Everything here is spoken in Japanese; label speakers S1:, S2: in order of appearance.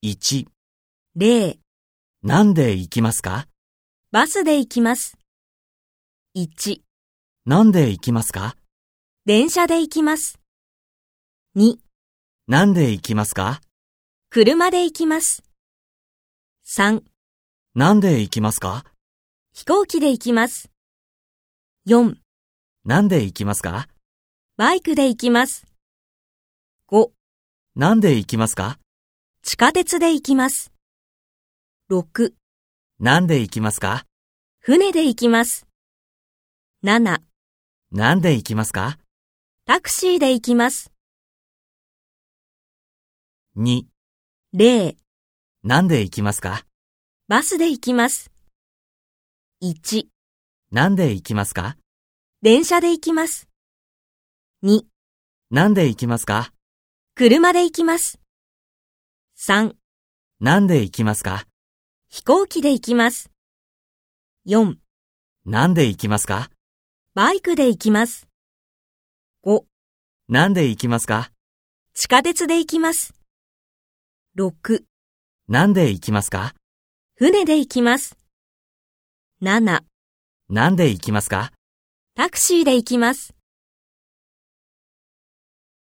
S1: 1、
S2: 例、
S1: なんで行きますか
S2: バスで行きます。1、
S1: なんで行きますか
S2: 電車で行きます。2、
S1: なんで行きますか
S2: 車で行きます。3、
S1: なんで行きますか
S2: 飛行機で行きます。4、
S1: なんで行きますか
S2: バイクで行きます。5、
S1: なんで行きますか
S2: 地下鉄で行きます。6、
S1: なんで行きますか
S2: 船で行きます。7、
S1: なんで行きますか
S2: タクシーで行きます。
S1: ?2、
S2: 例、
S1: なんで行きますか
S2: バスで行きます。1、
S1: なんで行きますか
S2: 電車で行きます。2、
S1: なんで行きますか
S2: 車で行きます。3、
S1: なんで行きますか
S2: 飛行機で行きます。4、
S1: なんで行きますか
S2: バイクで行きます。5、
S1: なんで行きますか
S2: 地下鉄で行きます。6、
S1: なんで行きますか
S2: 船で行きます。7、
S1: なんで行きますか
S2: タクシーで行きます。